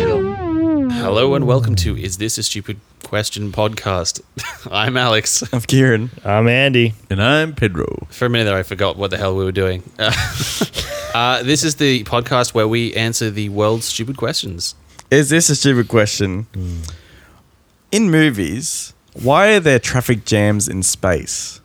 Hello and welcome to Is This a Stupid Question podcast? I'm Alex. of Kieran. I'm Andy. And I'm Pedro. For a minute there, I forgot what the hell we were doing. Uh, uh, this is the podcast where we answer the world's stupid questions. Is this a stupid question? In movies, why are there traffic jams in space?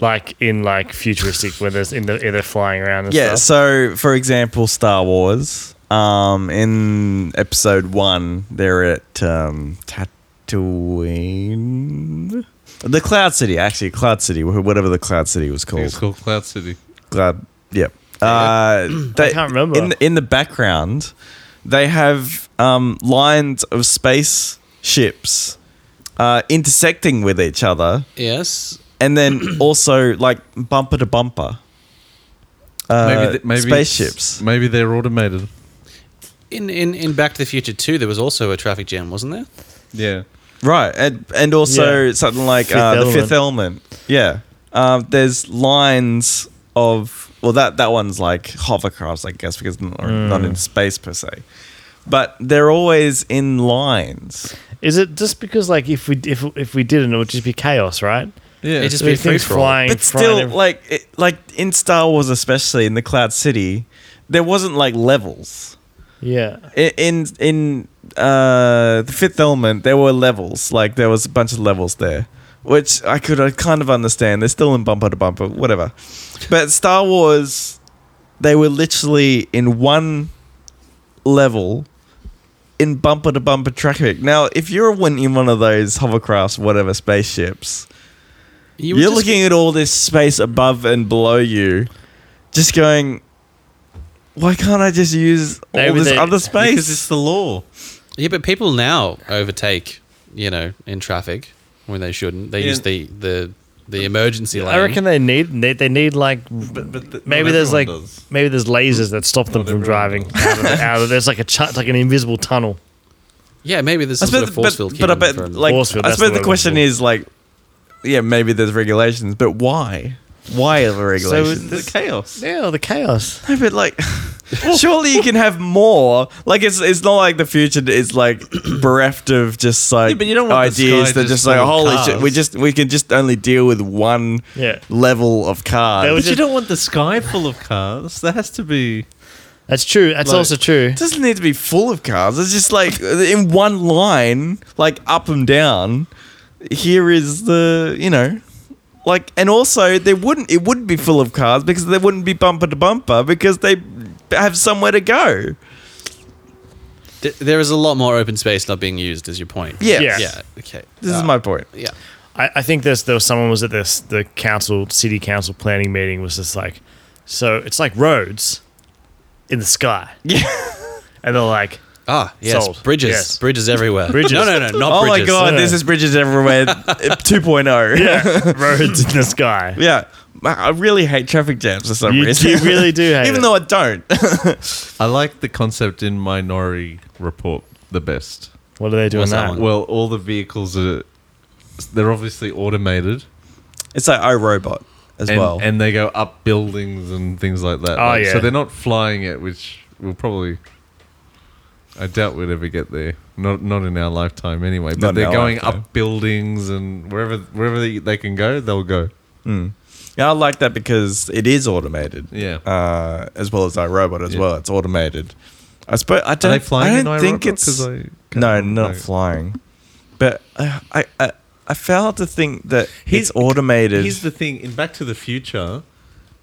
Like in like futuristic, where there's in the air they're flying around. And Yeah, stuff. so for example, Star Wars. Um, in episode one, they're at um, Tatooine. The Cloud City, actually, Cloud City, wh- whatever the Cloud City was called. It's called Cloud City. Glad. Yep. Uh, they, can't remember. In the, in the background, they have um, lines of space ships uh, intersecting with each other, Yes. and then also like bumper to bumper. Uh, th- it's- spaceships. Maybe they're automated. In, in in Back to the Future 2, there was also a traffic jam, wasn't there? Yeah. Right, and and also Yeah. something like Fifth uh, the Element. Fifth Element. Yeah, um, there's lines of well, that that one's like hovercrafts, I guess, because not, not Mm. in space per se, but they're always in lines. is it just because like if we if if we didn't, it would just be chaos, right? Yeah. It just- It'd be a Things free-for-all. flying, But flying still, every- like it, like in Star Wars, especially in the Cloud City, there wasn't like levels. yeah, I- In in uh, the Fifth Element, there were levels. Like there was a bunch of levels there, which I could I kind of understand. They're still in bumper to bumper, whatever. But Star Wars, they were literally in one level. In bumper to bumper traffic. Now, if you're one- in one of those hovercrafts, whatever spaceships, You you're just- looking at all this space above and below you, just going, why can't I just use all Maybe this they- other space? Because it's the law. Yeah, but people now overtake, you know, in traffic when they shouldn't. They Yeah. use the, the, the emergency lane. I reckon they need they, they need like but th- maybe not there's like everyone does. maybe there's lasers that stop them from everyone driving out of, the, out of there's like a chart like an invisible tunnel. yeah, maybe there's I some sort of suppose, force but, field. but I keeping bet, from- like, Force field, I that's suppose the the word question I'm is like, yeah, maybe there's regulations, but why? Why are there regulations? it's- the chaos. Yeah, the chaos. No, but like, surely you can have more. Like, it's it's not like the future is like bereft of just like Yeah, but you don't want the sky ideas that just just like full of holy shit. cars. We just we can just only deal with one Yeah. level of cars. They were But you just- don't want the sky full of cars. There has to be. That's true. That's Like- also true. It doesn't need to be full of cars. It's just like in one line, like up and down. Here is the, you know, like, and also they wouldn't. It wouldn't be full of cars because they wouldn't be bumper to bumper because they have somewhere to go. Th- there is a lot more open space not being used, is your point. Yes. Yeah. Yeah. Okay. This Uh, is my point. Yeah. I, I think there's there was someone was at this the council city council planning meeting was just like, so it's like roads in the sky. Yeah. And they're like, Ah, yes. Sold. Bridges. Yes. Bridges everywhere. Bridges. No, no, no. Not Oh my bridges. god, Yeah. this is bridges everywhere 2.0. yeah, roads in the sky. yeah. Man, I really hate traffic jams for some You, reason. you really do hate Even it. though I don't. I like the concept in Minority Report the best. what are they doing What's that now? one? Well, all the vehicles are. They're obviously automated. it's like iRobot as and, well. and they go up buildings and things like that. Oh, Like, yeah. So they're not flying it, which will probably. I doubt we'd ever get there. Not not in our lifetime, anyway. But Not in they're our going lifetime. up buildings and wherever wherever they, they can go, they'll go. Yeah, I like that because it is automated. Yeah. Uh, as well as iRobot as Yeah. well. It's automated. I suppose I Are don't. they flying I don't in think iRobot? it's 'Cause I can't no, remember. not flying. But I, I, I, I fail to think that Here's- it's automated. Here's the thing: in Back to the Future,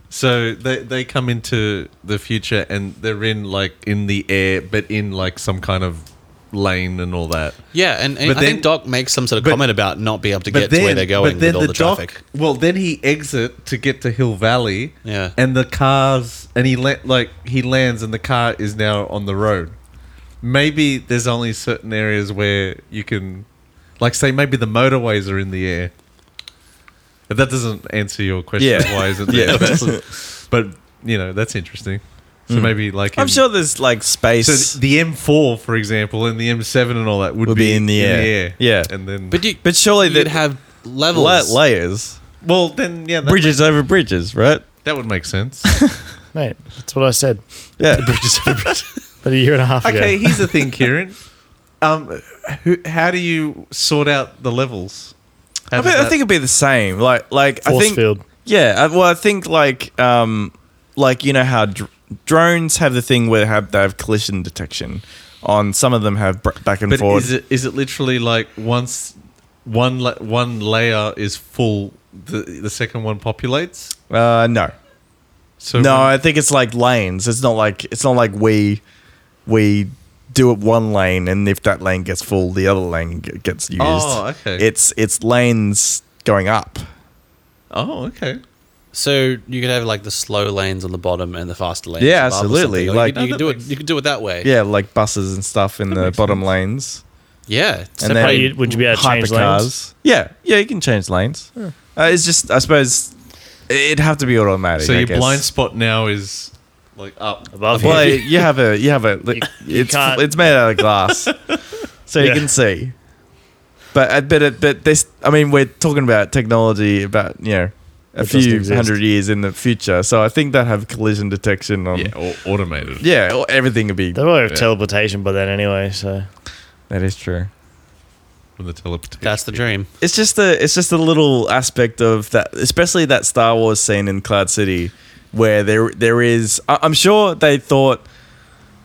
so they they come into the future and they're in like in the air, but in like some kind of lane and all that. Yeah, and, and But I think then- Doc makes some sort of but- comment about not being able to get to where they're going with all the, doc- traffic. Well, then he exit to get to Hill Valley. Yeah. and the cars and he la- like he lands and the car is now on the road. Maybe there's only certain areas where you can, like, say maybe the motorways are in the air. But that doesn't answer your question. Yeah. Why is it? Yeah. There? That's- but you know that's interesting. So maybe like I'm in- sure there's like space. So th- the M4, for example, and the M7 and all that would, Would be in the air. Yeah. and then But you, but surely you'd they'd have levels. la- layers, well, then yeah, that, bridges over bridges, right? that would make sense. Mate, that's what I said. Yeah. Bridges. But a year and a half ago. Okay, here's the thing, Kieran. Um, who, how do you sort out the levels? How I, does bet- I that- think it'd be the same. Like, like I Force think, field. yeah. I, well, I think like, um, like you know how dr- drones have the thing where they have, they have collision detection. On some of them have br- back and but forth. is it is it literally like once one la- one layer is full, the the second one populates? uh, no, So no. when- I think it's like lanes. It's not like it's not like we we do it one lane, and if that lane gets full, the other lane g- gets used. Oh, okay. It's it's lanes going up. oh, okay. So you could have like the slow lanes on the bottom and the faster lanes. Yeah, above or absolutely. something. Like- you, could- you No, could do that it. You could do it that way. Yeah, like buses and stuff in the bottom lanes. yeah. And separate- How then- you- would you be able to change Hypercars. lanes? Yeah, yeah, you can change lanes. Uh, it's just, I suppose, it'd have to be automatic. So I your guess. blind spot now is like up. Above Well, you. you have a, you have a, you it's can't- it's made out of glass, so you Yeah. can see. But I bet it, but this, I mean, we're talking about technology about you know a That doesn't few exist. hundred years in the future. So I think that have collision detection on. Yeah, or automated. Yeah, or everything would be. They will have Yeah. teleportation by then anyway, so That is true. With the teleportation. That's the dream. it's just a it's just a little aspect of that, especially that Star Wars scene in Cloud City, where there there is. I- I'm sure they thought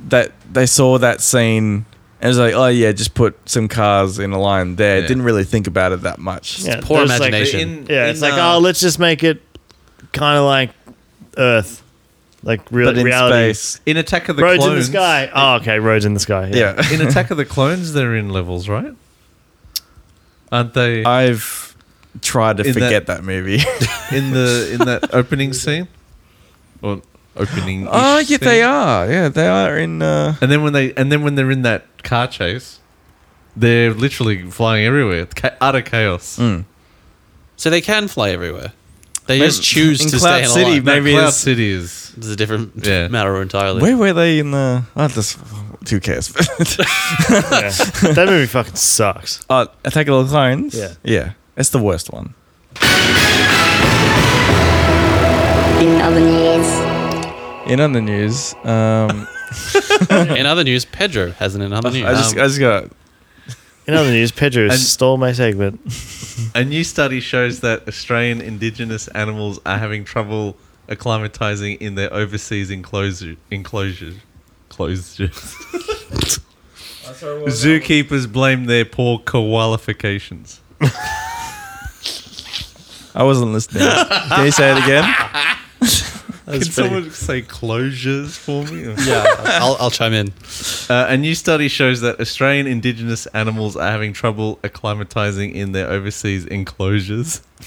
that they saw that scene and it was like, oh yeah, just put some cars in a line there. Yeah. Didn't really think about it that much. yeah, poor there's, like, imagination. yeah, it's like uh, oh, let's just make it kind of like Earth, like real but in reality. space, in Attack of the roads Clones. in the sky. Oh, okay, roads in the sky. yeah. in Attack of the Clones, they're in levels, right? Aren't they I've tried to In that- forget that, movie. in the in that opening scene? Or opening? oh yeah, they are. Yeah, they are in. Uh, And then when they and then when they're in that car chase, they're literally flying everywhere. It's ca- utter chaos. Mm. So they can fly everywhere. They Maybe- just choose in to Cloud stay City, alive. maybe Cloud it's- City is It's a different Yeah. matter entirely. where were they in the? Oh, this, who cares? Yeah. that movie fucking sucks. Uh, Attack of the Clones. Yeah. yeah, it's the worst one. In other news, In other news, um, In other news, Pedro has an in other news. Um, I just I just got In other news, Pedro And- stole my segment. a new study shows that Australian indigenous animals are having trouble acclimatizing in their overseas enclosure enclosure closure. Zookeepers blame their poor qualifications. I wasn't listening. Can you say it again? Can someone say closures for me? yeah, I'll, I'll chime in. Uh, a new study shows that Australian indigenous animals are having trouble acclimatizing in their overseas enclosures.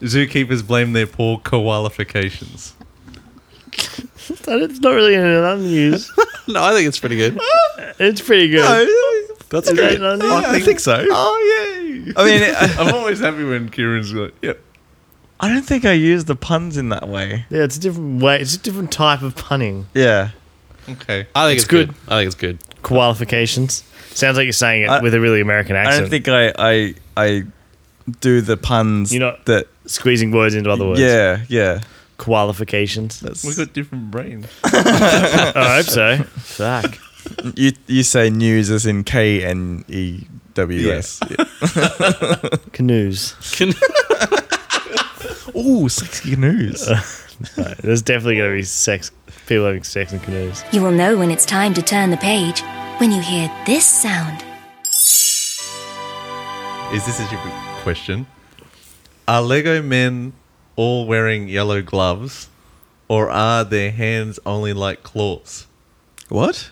Zookeepers blame their poor qualifications. It's not really in other news. No, I think it's pretty good. It's pretty good. That's Is that in other news? I think so. Oh, yay! I mean, uh, I, I'm always happy when Kieran's like, yep. I don't think I used the puns in that way. Yeah, it's a different way. It's a different type of punning. Yeah. Okay. I think It's it's, good. I think it's good. Qualifications. Sounds like you're saying it I- with a really American I don't accent. think I I I do the puns You're not- that squeezing words into other words. Yeah, yeah. Qualifications. We've That's, got different brains. I hope so. Fuck. you you say news as in K N E W S. Canoes. Ooh, sexy news. Right, There's definitely going to be sex. People having sex in canoes. you will know when it's time to turn the page when you hear this sound. Is this a stupid question? Are Lego men all wearing yellow gloves, or are their hands only like claws? What?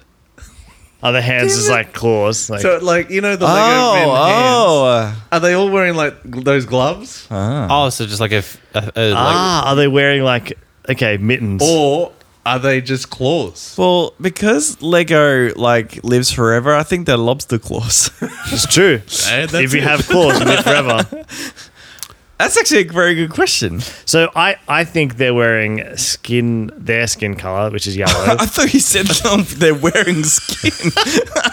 Other hands is like claws. Like, So, like you know, the Lego men hands. oh, Are they all wearing like gl- those gloves, oh. Ah. Oh, so just like if a, a, like, ah, are they wearing like okay mittens? or are they just claws? Well, because Lego like lives forever, I think they're lobster claws. it's true. Eh, that's if you it. have claws, you live forever. That's actually a very good question. So I, I think they're wearing skin their skin color, which is yellow. I thought you said um, they're wearing skin.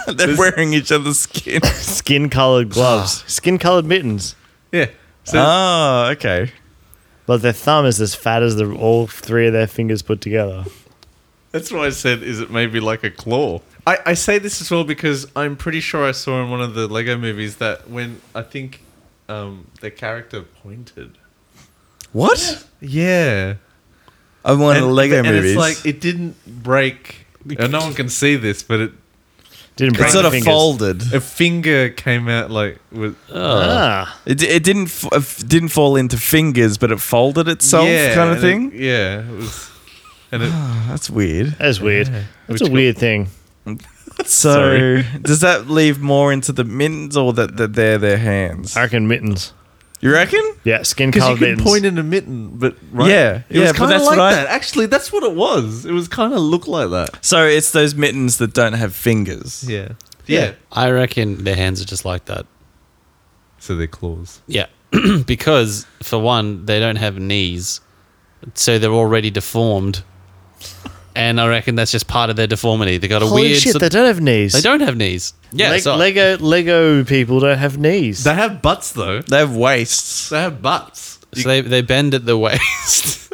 they're wearing each other's skin. skin colored gloves, skin colored mittens. yeah. So oh, okay. But their thumb is as fat as the all three of their fingers put together. That's why I said, is it maybe like a claw? I, I say this as well because I'm pretty sure I saw in one of the Lego movies that when I think um, the character pointed. What? Yeah. I want a Lego and movies. it's like, it didn't break. And no one can see this, but it, Didn't break It sort the of fingers. folded. a finger came out like with. Ah, It, it didn't f- it didn't fall into fingers, but it folded itself, Yeah, kind of and it- thing. yeah. It was. And it, Oh, That's weird. that's weird. That's Which a weird thing. So does that leave more into the mittens or that that they're their hands? I reckon mittens. You reckon? Yeah, skin Because you colored can mittens. point in a mitten, but right? Yeah, it yeah, was but kind of that's like what I- that. Actually, that's what it was. It was kind of look like that. So it's those mittens that don't have fingers. Yeah, yeah. I reckon their hands are just like that. So they're claws. Yeah. because, for one, they don't have knees. So they're already deformed. And I reckon that's just part of their deformity. They got a Holy weird. shit, sort- they don't have knees. they don't have knees. Yeah. Leg- so- Lego Lego people don't have knees. They have butts though. They have waists. They have butts. so they, they bend at the waist.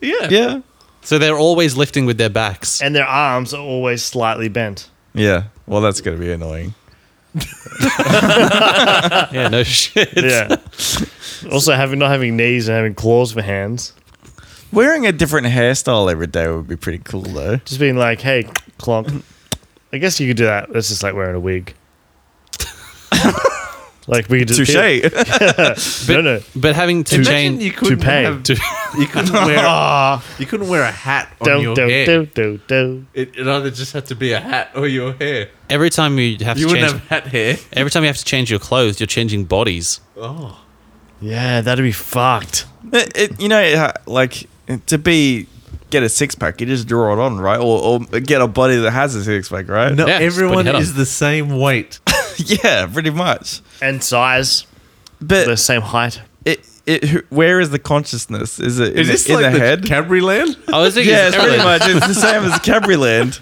Yeah, Yeah. so they're always lifting with their backs. and their arms are always slightly bent. Yeah. Well, that's gonna be annoying. yeah, no shit. Yeah. also, having not having knees and having claws for hands, Wearing a different hairstyle every day would be pretty cool, though. just being like, "Hey, clonk." I guess you could do that. That's just like wearing a wig. like we could just Touche. No, no. But having to Imagine change. you couldn't toupee. have- to- you couldn't wear you couldn't wear a hat on Do your do hair. do do do. It, it either just had to be a hat or your hair. every time you have You to wouldn't change. have hat hair. Every time you have to change your clothes, you're changing bodies. Oh, Yeah, that'd be fucked. It, it, you know, it ha- like to be get a six pack, you just draw it on, right? Or, or get a body that has a six pack, right? no! Yeah, just put everyone your head on. is the same weight. yeah, pretty much. And size, the But same height. it, it, who- where is the consciousness? Is it in, Is this the, in like the the head? Cadbury land? I was thinking. yeah, it's it's pretty everything. much. It's the same as Cabri Land.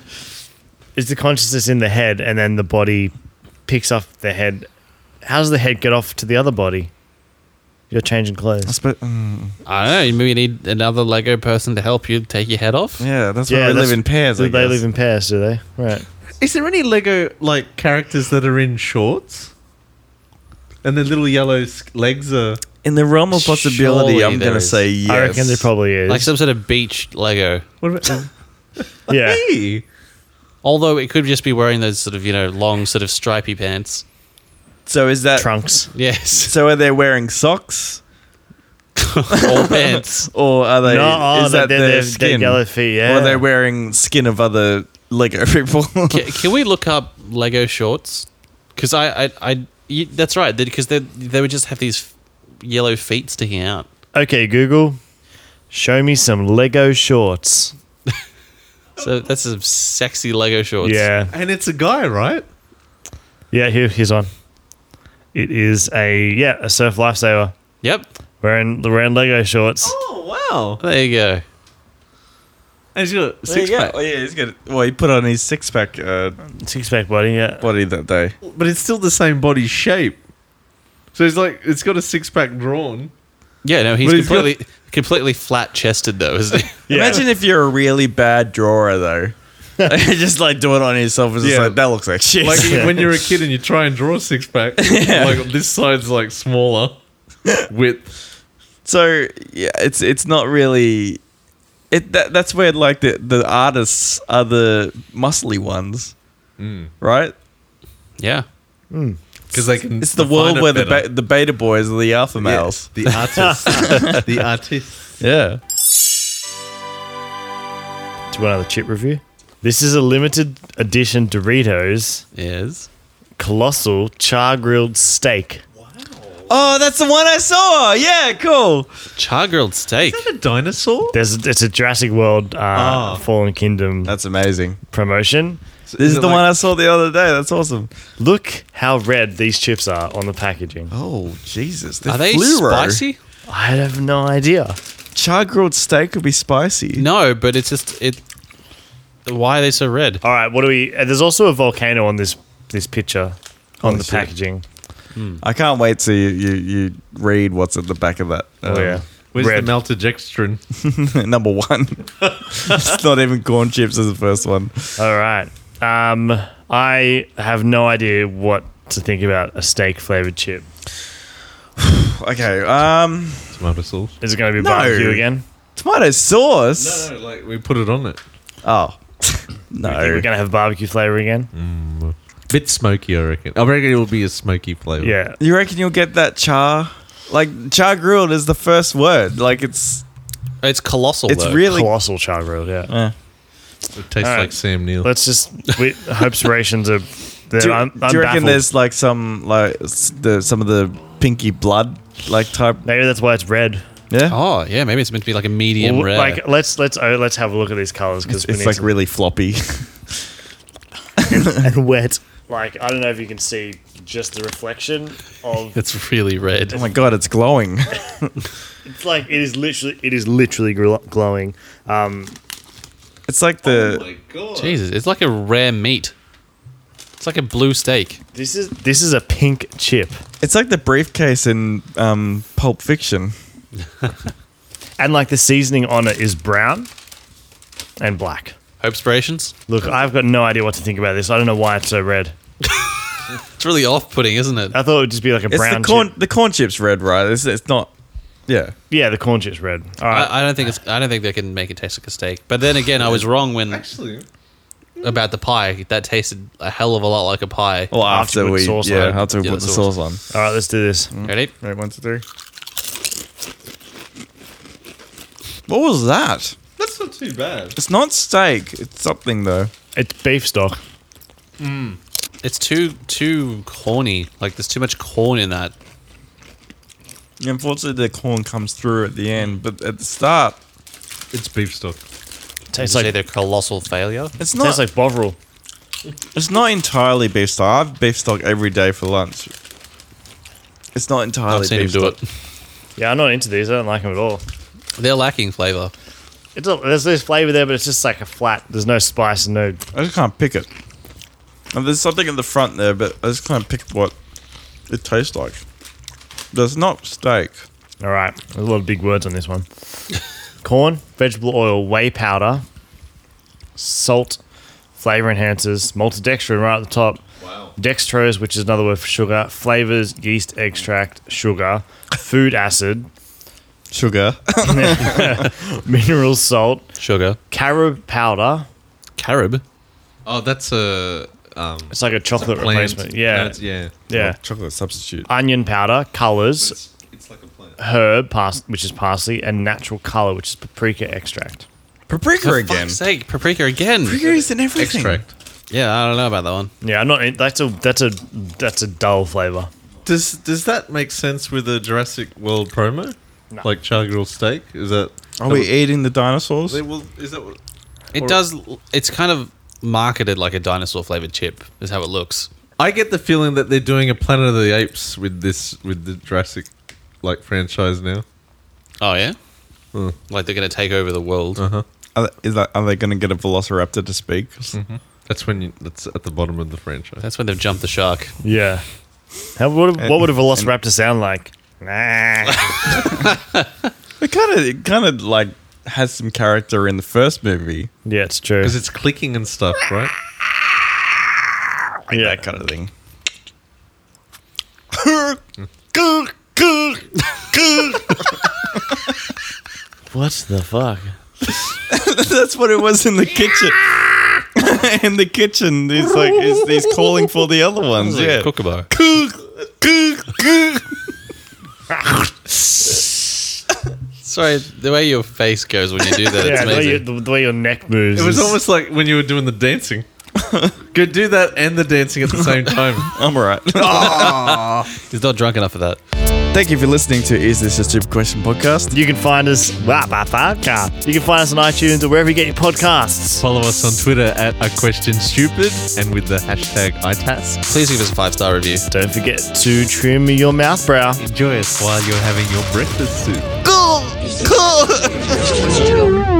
Is the consciousness in the head, and then the body picks up the head. How does the head get off to the other body? You're changing clothes. I suppose, mm, I don't know. Maybe you need another Lego person to help you take your head off. yeah, that's why they live that's- in pairs. I They guess. live in pairs, do they? Right. Is there any Lego like characters that are in shorts? And their little yellow s- legs are. In the realm of possibility, Surely I'm there going to is. say yes. I reckon there probably is. Like some sort of beach Lego. What about? yeah. Hey! Although it could just be wearing those sort of, you know, long sort of stripy pants. So is that? Trunks. Yes. So are they wearing socks All pants. or are they? no, oh, is that they're, their they're, skin? they're yellow feet, yeah. Or are they wearing skin of other Lego people? Can, can we look up Lego shorts? Because I, I, I you, that's right. Because they, they would just have these yellow feet sticking out. okay, Google, show me some Lego shorts. So that's some sexy Lego shorts. yeah. And it's a guy, right? Yeah, here, here's one. It is a, yeah, a surf lifesaver Yep. wearing, wearing Lego shorts. Oh, wow. There you go. And he's got a six pack. Oh, yeah, he's got. Well, he put on his six pack uh, Six pack body, yeah. body that day. But it's still the same body shape. So it's like, it's got a six pack drawn. Yeah. No, he's But he's got- completely, completely flat chested though, isn't he? Yeah. Imagine if you're a really bad drawer though. just like doing it on yourself is just Yeah. like that looks like shit. Like Yeah. when you're a kid and you try and draw a six pack, like this side's like smaller width. so yeah, it's it's not really. It that, that's where like the the artists are the muscly ones, Mm. right? yeah. Because they can. It's the define world it where the better. ba- the beta boys are the alpha Yeah, males. The artist. the artist. Yeah. Do you want another chip review? This is a limited edition Doritos Yes. Colossal Char Grilled Steak. Oh, that's the one I saw. Yeah, cool. Char grilled steak. Is that a dinosaur? There's a, it's a Jurassic World uh, Oh. Fallen Kingdom That's amazing. promotion. This is, it the like- one I saw the other day. That's awesome. Look how red these chips are on the packaging. Oh Jesus! Are they spicy? I have no idea. Char grilled steak could be spicy. No, but it's just it. Why are they so red? All right, what do we? uh, There's also a volcano on this this picture on Holy the Oh, shit. packaging. I can't wait till you, you, you read what's at the back of that. oh um, yeah, Where's Red. the melted extra? Number one. it's not even corn chips as the first one. All right. Um, I have no idea what to think about a steak flavored chip. Okay. Um, Tomato sauce. Is it going to be No. barbecue again? tomato sauce. No, no, like we put it on it. Oh. I think No. Mm. we're going to have barbecue flavor again. Bit smoky, I reckon. I reckon it will be a smoky flavor. Yeah. You reckon you'll get that char? Like char grilled is the first word. Like it's It's colossal. it's though. really Colossal char grilled, yeah. Eh. It tastes All right. like Sam Neill. Let's just. We, hopes rations are. they're- do, I'm, I'm do you reckon baffled. there's like some like s- the some of the pinky blood like type? Maybe that's why it's red. Yeah, Oh yeah, maybe it's meant to be like a medium Well, rare. Like let's let's oh, let's have a look at these colors because it's like really floppy. and wet. Like I don't know if you can see just the reflection of it's really red. oh my god, it's glowing. it's like it is literally it is literally gl- glowing. Um, It's like Uh, the Oh god. Jesus, it's like a rare meat. It's like a blue steak. this is this is a pink chip, it's like the briefcase in um, Pulp Fiction. and like the seasoning on it is brown and black. Obspirations. Look, I've got no idea what to think about this. I don't know why it's so red. It's really off-putting, isn't it? I thought it would just be like a It's brown the corn. chip. The corn chips red, right? It's, it's not. Yeah, Yeah, the corn chip's red. All right. I, I don't think it's. I don't think they can make it taste like a steak. But then again, I was wrong when Actually, about the pie. That tasted a hell of a lot like a pie. well After after we put we sauce yeah on it. after we Yeah, put the the sauce. sauce on. All right, let's do this. Ready? Right, one, two, three. What was that? that's not too bad. It's not steak. It's something though. It's beef stock. It's too too corny. Like there's too much corn in that. Unfortunately, the corn comes through at the end, but at the start, It's beef stock. Tastes Did you like say they're colossal failure. it's not. tastes like Bovril. it's not entirely beef stock. I have beef stock every day for lunch. It's not entirely. I've seen him beef do stock. it. Yeah, I'm not into these. I don't like them at all. They're lacking flavor. It's a, there's this flavor there, but it's just like a flat. There's no spice and no. I just can't pick it. And there's something in the front there, but I just can't pick what it tastes like. There's not steak. All right, there's a lot of big words on this one. Corn, vegetable oil, whey powder, salt, flavor enhancers, maltodextrin right at the top. Wow. Dextrose, which is another word for sugar, flavors, yeast extract, sugar, food acid, Sugar. mineral salt, Sugar. carob powder. Carib. Oh, that's a um, It's like a chocolate plant. replacement. Yeah, That's- yeah. yeah. Chocolate Uh, substitute. Onion powder, colors, It's, it's like a plant. herb, pars- which is parsley, and natural color, which is paprika extract. Paprika For again. fuck's sake, paprika again. Paprika is in everything. Extract. Yeah, I don't know about that one. Yeah, I'm not. in- That's a that's a that's a dull flavor. Does does that make sense with the Jurassic World promo? No. Like char grilled steak? Is that? Are we eating the dinosaurs? They will, is that what? It Or- does. It's kind of marketed like a dinosaur flavored chip. Is how it looks. I get the feeling that they're doing a Planet of the Apes with this with the Jurassic like franchise now. Oh yeah. Hmm. Like they're gonna take over the world. Uh huh. Are they, is that, are they going to get a velociraptor to speak? Mm-hmm. That's when you, that's at the bottom of the franchise. That's when they've jumped the shark. Yeah. How, what, what would a velociraptor sound like? Nah. It kind of, it kind of like has some character in the first movie, yeah, it's true. Because it's clicking and stuff, right? yeah. that kind of thing. What the fuck? That's what it was in the kitchen. in the kitchen, he's like, he's, he's calling for the other ones. Like a Yeah, Kookaburra. Sorry, the way your face goes when you do that, it's Yeah, the way, you, amazing. the, the way your neck moves. It was is- almost like when you were doing the dancing. Go do that and the dancing at the same time. I'm alright. He's not drunk enough for that. Thank you for listening to Is This a Stupid Question podcast. You can find us. Wah, bah, bah, bah. You can find us on iTunes or wherever you get your podcasts. Follow us on Twitter at a question stupid and with the hashtag ITAS. Please give us a five star review. Don't forget to trim your mouth brow. Enjoy us while you're having your breakfast soup. Go! Go!